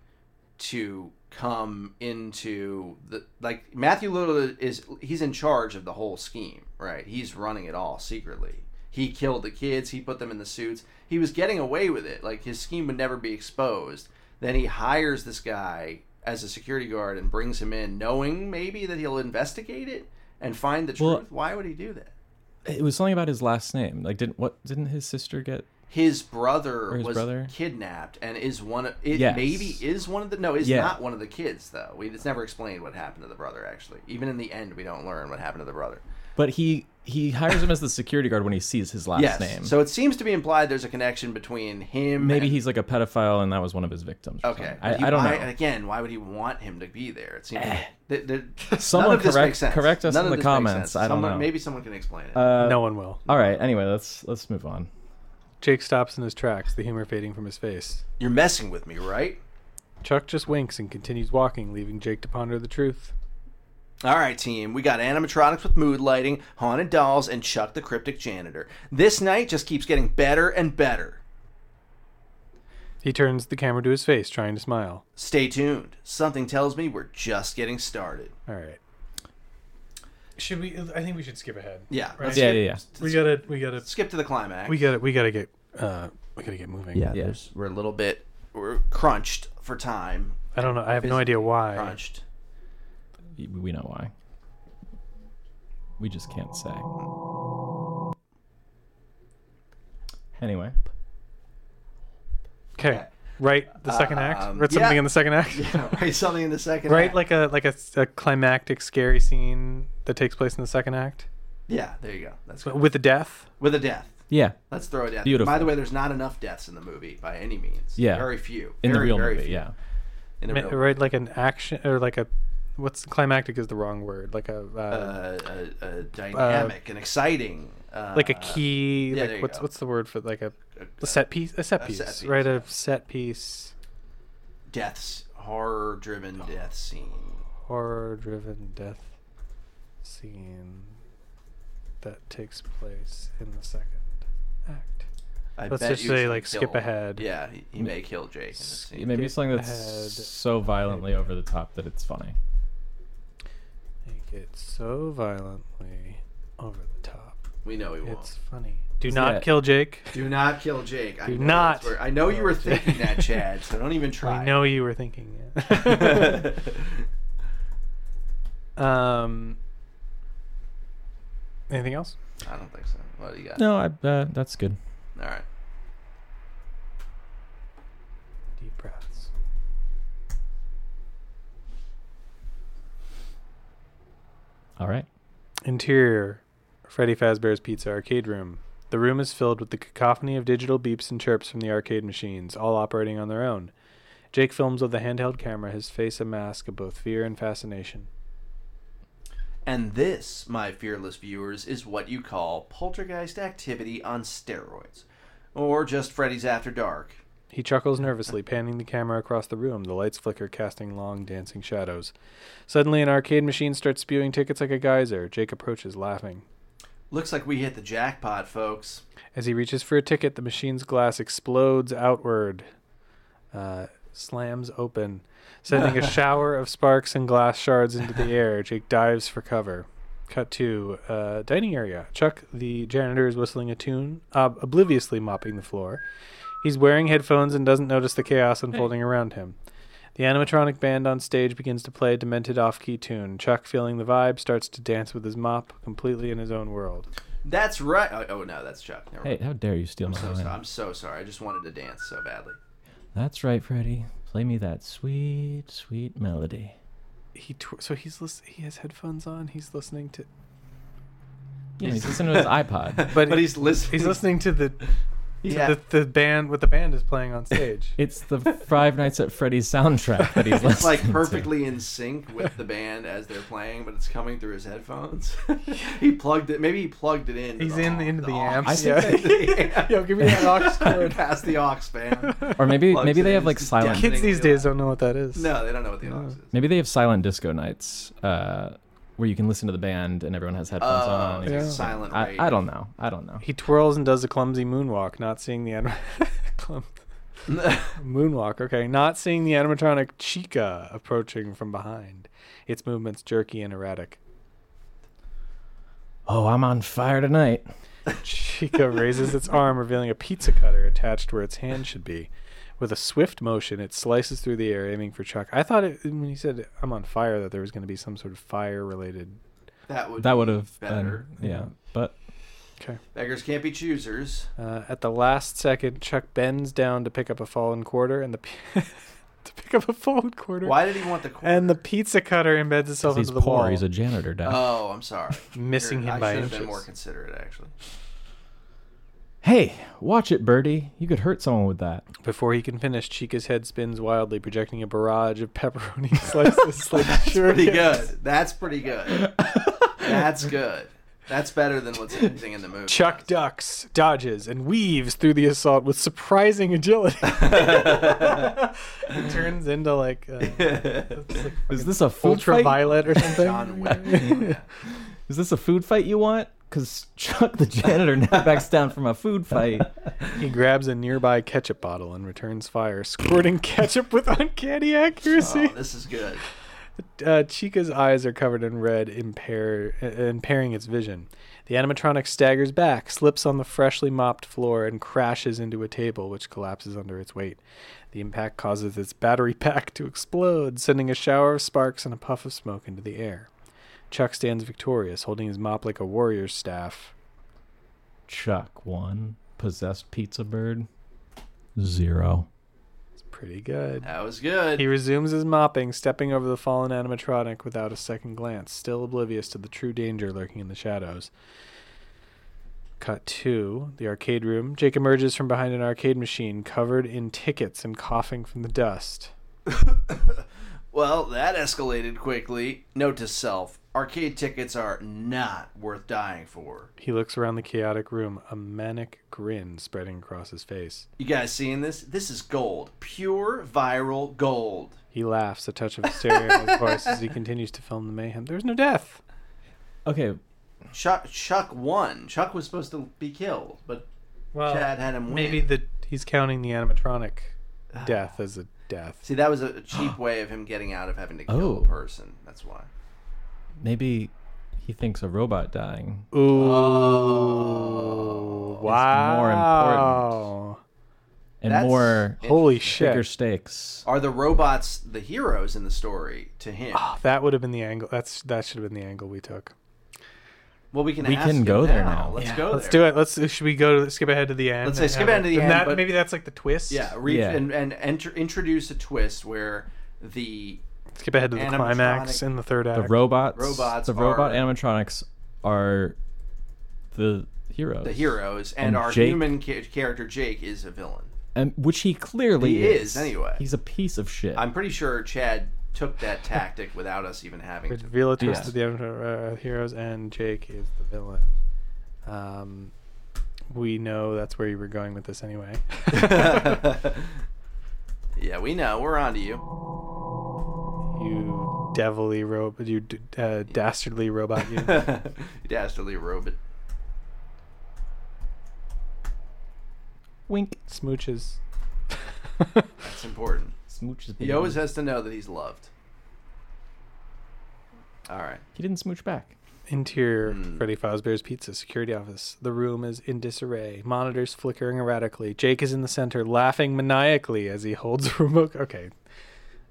to come into the like Matthew Lillard is he's in charge of the whole scheme, right? He's running it all secretly. He killed the kids, he put them in the suits. He was getting away with it. Like his scheme would never be exposed. Then he hires this guy as a security guard and brings him in knowing maybe that he'll investigate it and find the truth. Well- Why would he do that? it was something about his last name like didn't what didn't his sister get His brother Or his was brother? kidnapped and is one of it Yes. maybe is one of the no, is Yeah. not one of the kids though. We it's never explained what happened to the brother actually. Even in the end we don't learn what happened to the brother. but he he hires him as the security guard when he sees his last yes. name So it seems to be implied there's a connection between him maybe and, he's like a pedophile and that was one of his victims or Okay. something. I, He- I don't know Eh. why- Again, why would he want him to be there? It seems th- th- Someone none of this correct- makes sense. correct us in None of the this makes comments. sense. I don't Someone- know. Maybe someone can explain it. no one will. Uh, all right anyway let's let's move on Jake stops in his tracks, the humor fading from his face. You're messing with me, right? Chuck just winks and continues walking, leaving Jake to ponder the truth. All right, team. We got animatronics with mood lighting, haunted dolls, and Chuck the cryptic janitor. This night just keeps getting better and better. He turns the camera to his face, trying to smile. Stay tuned. Something tells me we're just getting started. All right. Should we? I think we should skip ahead. Yeah. let's yeah skip- yeah yeah We gotta. We gotta. Skip to the climax. We gotta. We gotta get. Uh, we gotta get moving. yeah, Yeah. there's- We're a little bit we're crunched for time. I don't know. I have no idea why. Crunched. Y- We know why. We just can't say. Anyway, Okay. Right. The second act. Um, Write something yeah. in the second act. Write something in the second. Right. act. Like a like a, a climactic scary scene that takes place in the second act yeah. There you go. That's good. with the death. with a death. yeah, Let's throw a death. Beautiful. By the way, there's not enough deaths in the movie by any means. Yeah. Very few. in the Very, real very movie, few. yeah. In the Ma- real. Right. Like an action or like a. What's climactic is the wrong word. Like a. Uh, Uh, a, a dynamic and exciting. Uh, like a key. yeah, there like you what's go. what's the word for like a, uh, a set piece? A set a piece. set piece, right. A set piece. deaths, Oh. horror-driven death scene. horror driven death scene that takes place in the second act. I Let's bet just you say, can like, skip kill- ahead. Mm. Yeah, he, he may kill Jake. In this scene. Maybe something that's ahead. so violently over the top that it's funny. Make it so violently over the top. we know he won't. It's funny. Do Is not that- kill Jake. Do not kill Jake. I Do know not that's where- I know you were kill Jake. thinking that, Chad. So don't even try. I know you were thinking it. no, um, anything else? I don't think so. What do you got? No, I, uh, that's good. All right. Deep breaths. All right. Interior Freddy Fazbear's Pizza Arcade Room. The room is filled with the cacophony of digital beeps and chirps from the arcade machines, all operating on their own. Jake films with the handheld camera, his face a mask of both fear and fascination. And this, my fearless viewers, is what you call poltergeist activity on steroids, or just Freddy's After Dark. He chuckles nervously, panning the camera across the room, the lights flicker, casting long, dancing shadows. Suddenly, an arcade machine starts spewing tickets like a geyser. Jake approaches, laughing. Looks like we hit the jackpot, folks. As he reaches for a ticket, the machine's glass explodes outward. uh, slams open, sending a shower of sparks and glass shards into the air. Jake dives for cover. Cut to uh, dining area. Chuck, the janitor, is whistling a tune, ob- obliviously mopping the floor. He's wearing headphones and doesn't notice the chaos unfolding around him. The animatronic band on stage begins to play a demented off key tune. Chuck, feeling the vibe, starts to dance with his mop, completely in his own world. That's right. Oh, oh, no, that's Chuck. Never Hey, Oh, how dare you steal my mind. line? I'm so sorry. I just wanted to dance so badly. That's right, Freddy. Play me that sweet, sweet melody. He tw- so he's lis- he has headphones on. He's listening to Yeah, he's listening to his iPod. but, But he's listening. he's listening to the Yeah. the, the band what the band is playing on stage. It's the Five Nights at Freddy's soundtrack that he's listening It's like to. perfectly in sync with the band as they're playing, but it's coming through his headphones. he plugged it. Maybe he plugged it in. to He's in the, into the amps. I think yeah. Yo, give me that aux cord. Past the aux band. Or maybe Plugs maybe it they in, have like just silent. down. Kids these days don't know what that is. No, they don't know what the aux is. Maybe they have silent disco nights, uh, where you can listen to the band and everyone has headphones Oh, on. it's and like it's- silent I, rage. I don't know. I don't know. He twirls and does a clumsy moonwalk, not seeing the anim- clum- moonwalk. Okay, not seeing the animatronic Chica approaching from behind. Its movements jerky and erratic. Oh, I'm on fire tonight. Chica raises its arm, revealing a pizza cutter attached where its hand should be. With a swift motion, it slices through the air, aiming for Chuck. I thought it, when he said "I'm on fire" that there was going to be some sort of fire-related. That would That be would have better. yeah, but Beggars can't be choosers. Uh, at the last second, Chuck bends down to pick up a fallen quarter, and the pi- to pick up a fallen quarter. Why did he want the? And the pizza cutter embeds itself he's into the poor. wall, He's a janitor, Dad. Oh, I'm sorry. missing You're- him I by should have inches. been more considerate, actually. hey, watch it, Birdie. You could hurt someone with that. Before he can finish, Chica's head spins wildly, projecting a barrage of pepperoni slices. like sure, Pretty good. That's pretty good. That's good. That's better than what's happening in the movie. Chuck ducks, dodges, and weaves through the assault with surprising agility. it turns into like, uh, it's like Is this a food fight? ultraviolet or something. John Wick. Yeah. Is this a food fight you want? Because Chuck the janitor now backs down from a food fight. He grabs a nearby ketchup bottle and returns fire, squirting ketchup with uncanny accuracy. Oh, this is good. uh, Chica's eyes are covered in red, impair, uh, impairing its vision. The animatronic staggers back, slips on the freshly mopped floor, and crashes into a table, which collapses under its weight. The impact causes its battery pack to explode, sending a shower of sparks and a puff of smoke into the air. Chuck stands victorious, holding his mop like a warrior's staff. Chuck one possessed pizza bird. Zero. It's pretty good. That was good. He resumes his mopping, stepping over the fallen animatronic without a second glance, still oblivious to the true danger lurking in the shadows. Cut to the arcade room. Jake emerges from behind an arcade machine, covered in tickets and coughing from the dust. Well, that escalated quickly. Note to self arcade tickets are not worth dying for. He looks around the chaotic room, a manic grin spreading across his face. You guys seeing this? This is gold. Pure viral gold. He laughs, a touch of hysteria in his voice as he continues to film the mayhem. There's no death. Okay, Chuck, Chuck won. Chuck was supposed to be killed, but Well, Chad had him win. maybe the he's counting the animatronic death as a death. See, that was a cheap way of him getting out of having to kill Oh. a person. That's why. maybe he thinks a robot dying. Ooh. Oh. more important. wow. And That's more Holy bigger shit. stakes. Are the robots the heroes in the story to him? Ah. That would have been the angle. That's that should have been the angle we took. Well, we can. We ask can him go there now. Let's go. Let's there. do it. Let's should we go to skip ahead to the end? Let's say and skip have ahead to it- the and end, that- but- maybe that's like the twist. Yeah, reach Yeah. and and enter, introduce a twist where the Skip ahead to the climax Animatronic- in the third act. The robots, Robots the robot are- animatronics are the heroes. the heroes and, And our Jake- human ca- character Jake is a villain. and, which he clearly He is, anyway. He's a piece of shit. I'm pretty sure Chad took that tactic without us even having to. Reveal a twist Yeah. of the Animatronic, uh, heroes, and Jake is the villain. Um, we know that's where you were going with this anyway. Yeah, we know. We're on to you. you devilly robot, you d- uh, dastardly robot. You. Dastardly robot. Wink. smooches. That's important. Smooch his He baby. always has to know that he's loved. All right. He didn't smooch back. Interior Hmm. Freddy Fazbear's Pizza security office. The room is in disarray, monitors flickering erratically. Jake is in the center, laughing maniacally as he holds a remote. Okay.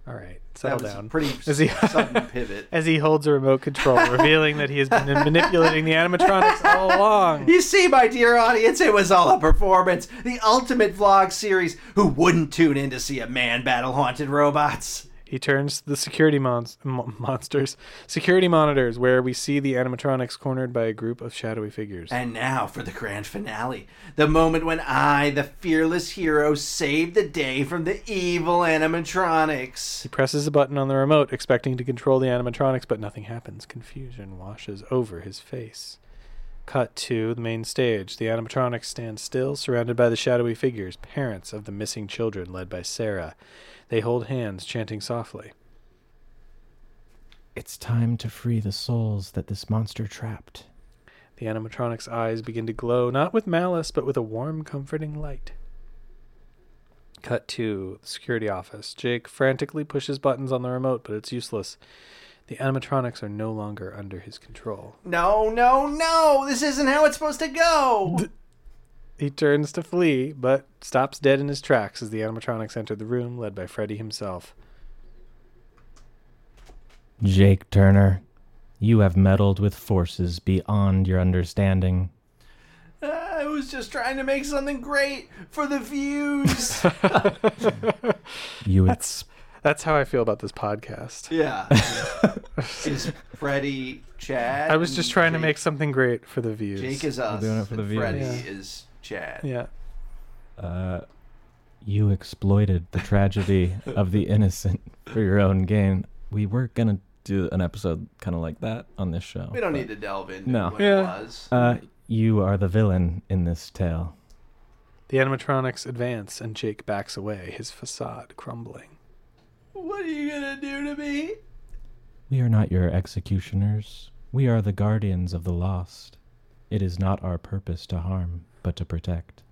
All right. Settle that was down. a pretty Is he- sudden pivot. as he holds a remote control, revealing that he has been manipulating the animatronics all along. You see, my dear audience, it was all a performance. The ultimate vlog series. Who wouldn't tune in to see a man battle haunted robots? He turns to the security mons- mon- monsters, security monitors, where we see the animatronics cornered by a group of shadowy figures. And now for the grand finale. The moment when I, the fearless hero, saved the day from the evil animatronics. He presses a button on the remote, expecting to control the animatronics, but nothing happens. Confusion washes over his face. Cut to the main stage. The animatronics stand still, surrounded by the shadowy figures, parents of the missing children, led by Sarah. They hold hands, chanting softly. It's time to free the souls that this monster trapped. The animatronic's eyes begin to glow, not with malice, but with a warm, comforting light. Cut to the security office. Jake frantically pushes buttons on the remote, but it's useless. The animatronics are no longer under his control. No, no, no! This isn't how it's supposed to go! He turns to flee, but stops dead in his tracks as the animatronics enter the room, led by Freddy himself. Jake Turner, you have meddled with forces beyond your understanding. I was just trying to make something great for the views! You That's how I feel about this podcast. yeah. Is Freddy Chad? I was just and trying to Jake- make something great for the views. Jake is us. doing it for the and views. Freddy Yeah. is Chad. yeah. uh, you exploited the tragedy of the innocent for your own gain. We were gonna do an episode kind of like that on this show. We don't but, need to delve into No. what Yeah. it was. Uh, you are the villain in this tale. The animatronics advance, and Jake backs away, his facade crumbling. What are you gonna do to me? We are not your executioners. We are the guardians of the lost. It is not our purpose to harm, but to protect.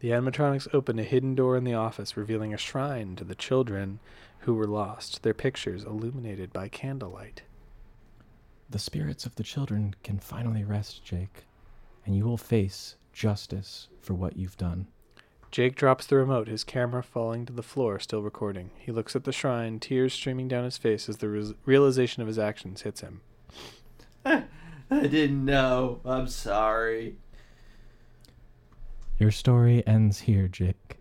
The animatronics open a hidden door in the office, revealing a shrine to the children who were lost, their pictures illuminated by candlelight. The spirits of the children can finally rest, Jake, and you will face justice for what you've done. Jake drops the remote, his camera falling to the floor, still recording. He looks at the shrine, tears streaming down his face as the res- realization of his actions hits him. I didn't know. I'm sorry. Your story ends here, Jake.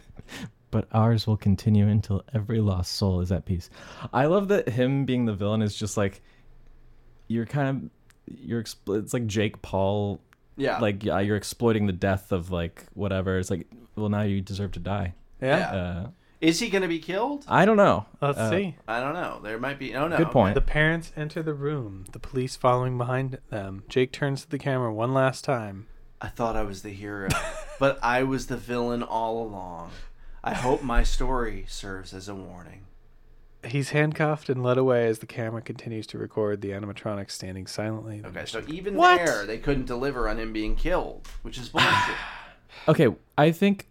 but ours will continue until every lost soul is at peace. I love that him being the villain is just like you're kind of you're expl- it's like Jake Paul Yeah. like yeah, you're exploiting the death of like whatever. It's like well now you deserve to die. Yeah. Uh, Is he gonna be killed? I don't know. Let's Uh, see. I don't know. There might be. Oh no. Good point. The parents enter the room, the police following behind them. Jake turns to the camera one last time. I thought I was the hero, but I was the villain all along. I hope my story serves as a warning. He's handcuffed and led away as the camera continues to record the animatronics standing silently. Okay, so even What? there, they couldn't deliver on him being killed, which is bullshit. Okay, I think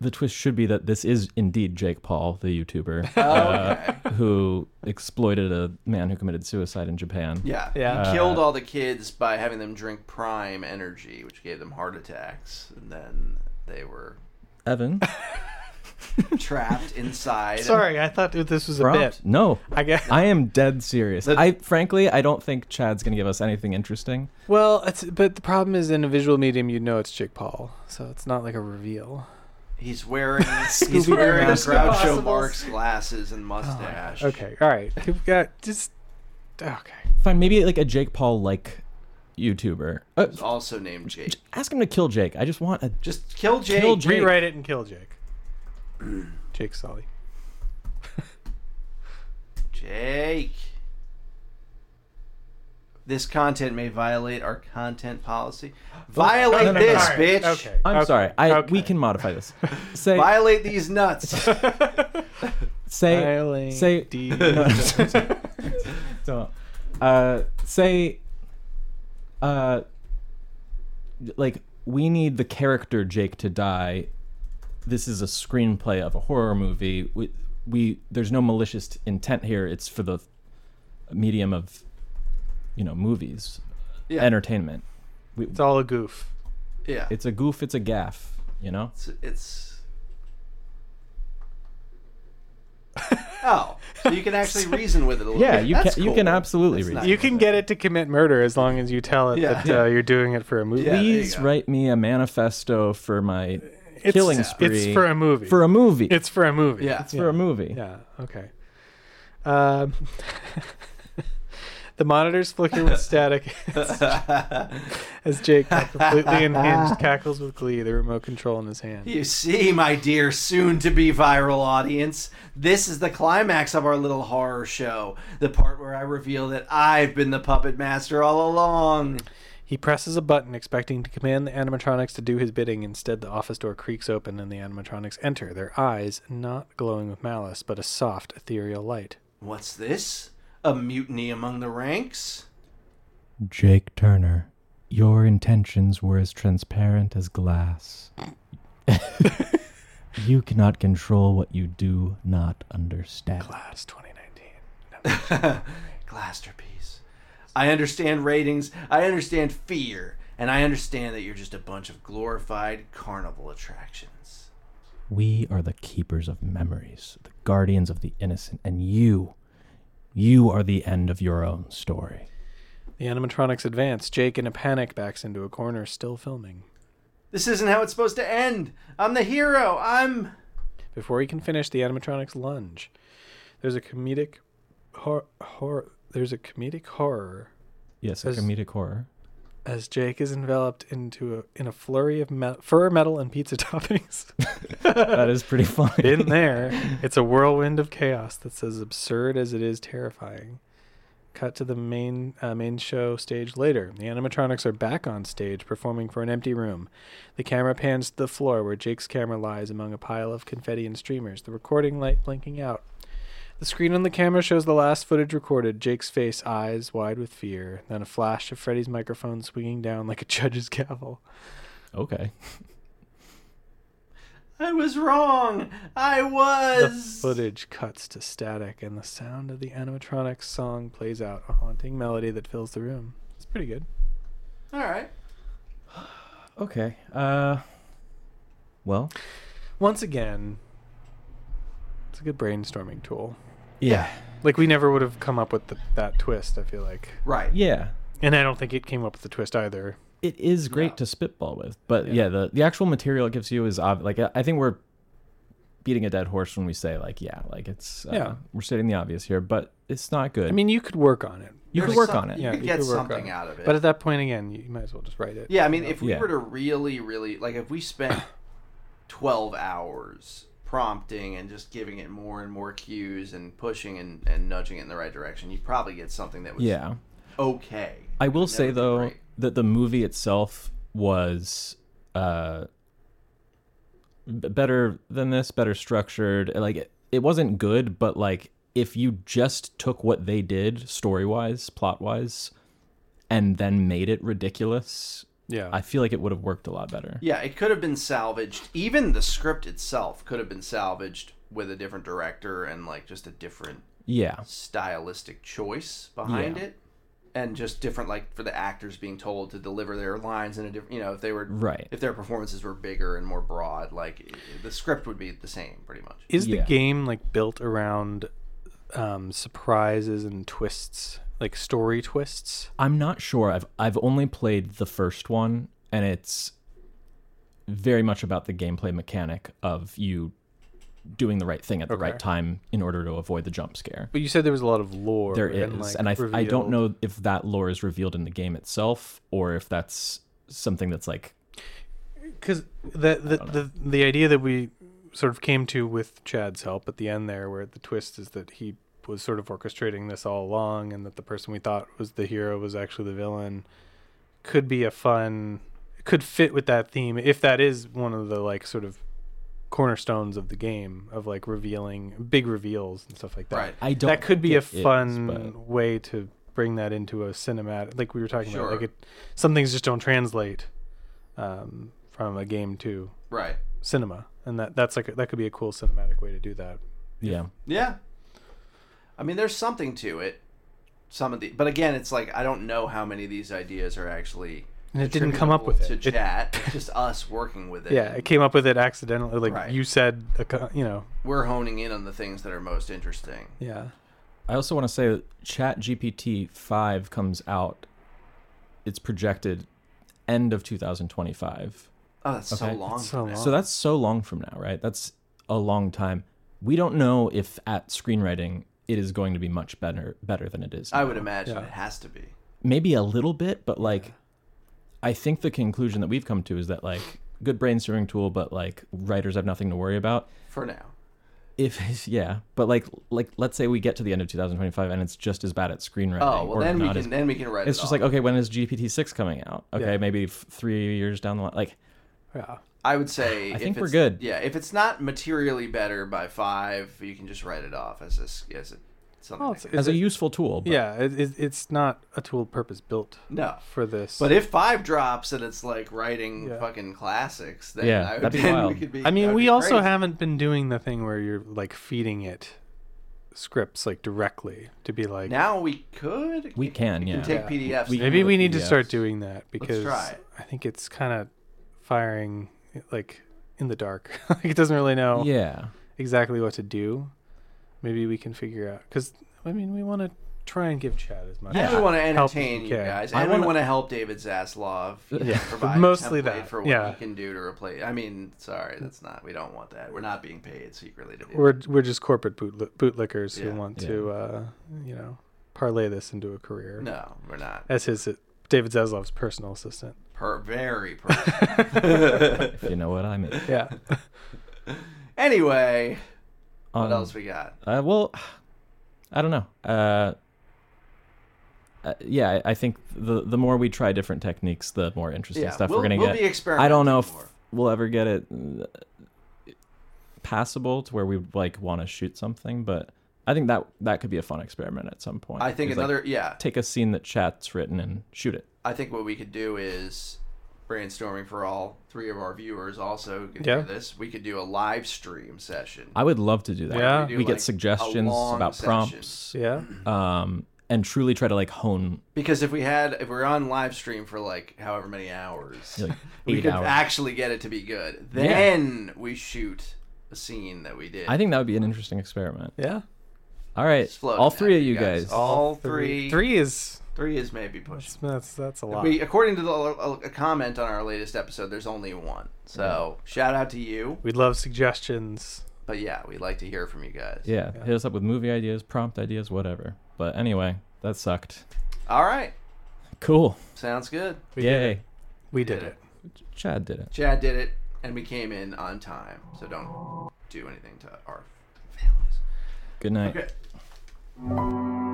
the twist should be that this is indeed Jake Paul, the YouTuber, Oh, uh, okay. who exploited a man who committed suicide in Japan. Yeah. Yeah. Uh, He killed all the kids by having them drink prime energy, which gave them heart attacks, and then they were Evan, trapped inside. Sorry, I thought this was a prompt? No, bit. I guess. I am dead serious. That- I frankly, I don't think Chad's gonna give us anything interesting. Well, it's, but the problem is in a visual medium, you know it's Jake Paul, so it's not like a reveal. He's wearing he's Scooby-Doo wearing Mask of Groucho Possibles. Marx glasses and mustache. Okay, all right. We've got just okay. Fine, maybe like a Jake Paul like YouTuber. Uh, He's also named Jake. ask him to kill Jake. I just want a. Just kill Jake. Kill Jake. Rewrite it and kill Jake. Jake Sully. Jake. This content may violate our content policy. Violate Oh, no, no, this, no. bitch. Okay. I'm okay, sorry. I okay. we can modify this. Say Violate these nuts. say Violate say the- don't. Uh, say, uh, like we need the character Jake to die. this is a screenplay of a horror movie. We, we there's no malicious intent here. It's for the medium of, you know, movies, Yeah. entertainment. We, It's all a goof. Yeah. it's a goof. It's a gaff. You know. It's. it's... oh, so you can actually reason with it a little. Yeah, bit. you That's can you cool. can absolutely That's read. nice. it. You can get it to commit murder as long as you tell it Yeah. that uh, you're doing it for a movie. Yeah. there you Please go. write me a manifesto for my It's, killing it's spree for a movie. for a movie. it's for a movie. Yeah. It's for a movie. Yeah. Okay. Um, the monitors flicker with static as Jake, completely unhinged, cackles with glee, the remote control in his hand. You see, my dear soon to be viral audience, this is the climax of our little horror show. The part where I reveal that I've been the puppet master all along. He presses a button, expecting to command the animatronics to do his bidding. Instead, the office door creaks open and the animatronics enter, their eyes not glowing with malice, but a soft, ethereal light. What's this? A mutiny among the ranks? Jake Turner, your intentions were as transparent as glass. you cannot control what you do not understand. That's 2019. Glasterpiece. I understand ratings, I understand fear, and I understand that you're just a bunch of glorified carnival attractions. We are the keepers of memories, the guardians of the innocent, and you, you are the end of your own story. The animatronics advance. Jake, in a panic, backs into a corner, still filming. This isn't how it's supposed to end. I'm the hero. I'm. Before he can finish, the animatronics lunge. There's a comedic hor- hor- there's a comedic horror Yes, a As- comedic horror. as Jake is enveloped into a, in a flurry of me- fur metal and pizza toppings. That is pretty funny. Been there. It's a whirlwind of chaos that's as absurd as it is terrifying. Cut to the main uh, main show stage later. The animatronics are back on stage performing for an empty room. The camera pans to the floor where Jake's camera lies among a pile of confetti and streamers, the recording light blinking out. The screen on the camera shows the last footage recorded Jake's face, eyes wide with fear, then a flash of Freddy's microphone swinging down like a judge's gavel. Okay. I was wrong. I The was. footage cuts to static, and the sound of the animatronic song plays out, a haunting melody that fills the room. It's pretty good. All right. Okay. Uh well, Once again, it's a good brainstorming tool. yeah. Like we never would have come up with the, that twist. I feel like, Right. Yeah. and I don't think it came up with the twist either. it is great Yeah. to spitball with but yeah. the the actual material it gives you is ob- like I- i think we're beating a dead horse when we say like yeah like it's uh, Yeah. we're stating the obvious here but it's not good I mean, you could work on it, you There's could work some- on it You Yeah, could you get could work on something it. out of it. but at that point again, you might as well just write it. yeah, I mean, if we Yeah. were to really, really like, if we spent twelve hours prompting and just giving it more and more cues and pushing and, and nudging it in the right direction, you'd probably get something that was yeah okay. i will That say would be though great. that the movie itself was uh b- better than this better structured like it, it wasn't good but like if you just took what they did story-wise plot-wise and then made it ridiculous yeah. I feel like it would have worked a lot better. Yeah, it could have been salvaged. Even the script itself could have been salvaged with a different director and like just a different Yeah. stylistic choice behind Yeah. it and just different like for the actors being told to deliver their lines in a different you know if they were Right. if their performances were bigger and more broad like i- i- the script would be the same pretty much Is Yeah. the game like built around um, surprises and twists, like story twists? I'm not sure. I've I've only played the first one and it's very much about the gameplay mechanic of you doing the right thing at the right Okay. time in order to avoid the jump scare. But you said there was a lot of lore. There is, and, and, like, I I don't revealed. know if that lore is revealed in the game itself or if that's something that's like because the the, the the idea that we sort of came to with Chad's help at the end there, where the twist is that he was sort of orchestrating this all along, and that the person we thought was the hero was actually the villain, could be a fun, could fit with that theme if that is one of the like sort of cornerstones of the game of like revealing big reveals and stuff like that. right I don't that could be a think it is, fun but- way to bring that into a cinematic like we were talking about Sure. like it some things just don't translate um, from a game to right cinema and that that's like a, that could be a cool cinematic way to do that. Yeah. Yeah. I mean, there's something to it. Some of the, but again, it's like I don't know how many of these ideas are actually. And it didn't come up with attributable it. to It- chat. It's just us working with it. Yeah, it came up with it accidentally. Like Right. you said, a co- you know. we're honing in on the things that are most interesting. Yeah. I also want to say that Chat GPT 5 comes out, it's projected end of 2025. Oh, that's so Okay. long. So long. So that's so long from now, right? That's a long time. We don't know if at screenwriting it is going to be much better better than it is. I would now. imagine Yeah. it has to be. maybe a little bit, but like I think the conclusion that we've come to is that like good brainstorming tool, but like writers have nothing to worry about. For now. If yeah, but like like let's say we get to the end of 2025 and it's just as bad at screenwriting. Oh well, or then we not can as- then we can write. it's it just all. like okay, when is GPT six coming out? Okay, Yeah. maybe f- three years down the line. Like Yeah. I would say. I if think we're it's- good. Yeah, if it's not materially better by five, you can just write it off as a s- as a, something. Well, that Oh, it's, can- as it's, a useful tool. But yeah. It, it, it's not a tool purpose built no. for this. But if five drops and it's like writing Yeah. fucking classics, then Yeah, I would, that'd be then we wild. could be. I mean, that'd we be also crazy. haven't been doing the thing where you're like feeding it scripts like directly to be like now we could we can. we Yeah, can take PDFs. We- maybe we need to Yes. start doing that because try it. I think it's kind of firing like in the dark. like it doesn't really know yeah. exactly what to do. Maybe we can figure out because I mean we want to try and give Chad as much. And we want to Help if entertain we you can. guys, I and we wanna- want to help David Zaslav. you know, Yeah. provide a Mostly template that, for what yeah. he can do to replace. I mean, sorry, that's not. We don't want that. We're not being paid secretly to do. that. We're we're just corporate boot, bootlickers Yeah. who want Yeah. to uh, you know parlay this into a career. No, we're not. That's his uh, David Zaslav's personal assistant. Per, very personal. If you know what I mean. Yeah. anyway, what Um, else we got? Uh, well, I don't know. Uh, uh, yeah, I I think the the more we try different techniques, the more interesting Yeah, stuff we'll, we're gonna we'll get. be experimenting. I don't know if more. we'll ever get it uh, passable to where we would like want to shoot something, but I think that that could be a fun experiment at some point. I think is, like, another. yeah, take a scene that chat's written and shoot it. I think what we could do is brainstorming for all three of our viewers. Also, can Yeah. hear this. We could do a live stream session. I would love to do that. Yeah. we, do, get like, a suggestions long about session. prompts, Yeah. um, and truly try to like hone Because if we had, if we were on live stream for like however many hours, like we eight could hours. actually get it to be good. Then we shoot a scene that we did. I think that would be an interesting experiment. Yeah. All right, It's floating all out three there, of you guys. All three. Three is Three is maybe pushing. that's that's, that's a lot. We, according to the, a, a comment on our latest episode, there's only one. So shout out to you. We'd love suggestions. But yeah, we like to hear from you guys. Yeah, hit us up with movie ideas, prompt ideas, whatever. But anyway, that sucked. All right. Cool. Sounds good. We did Yay. it. We did Yeah. it. Chad did it. Chad did it, and we came in on time. So don't do anything to our families. Good night. Okay.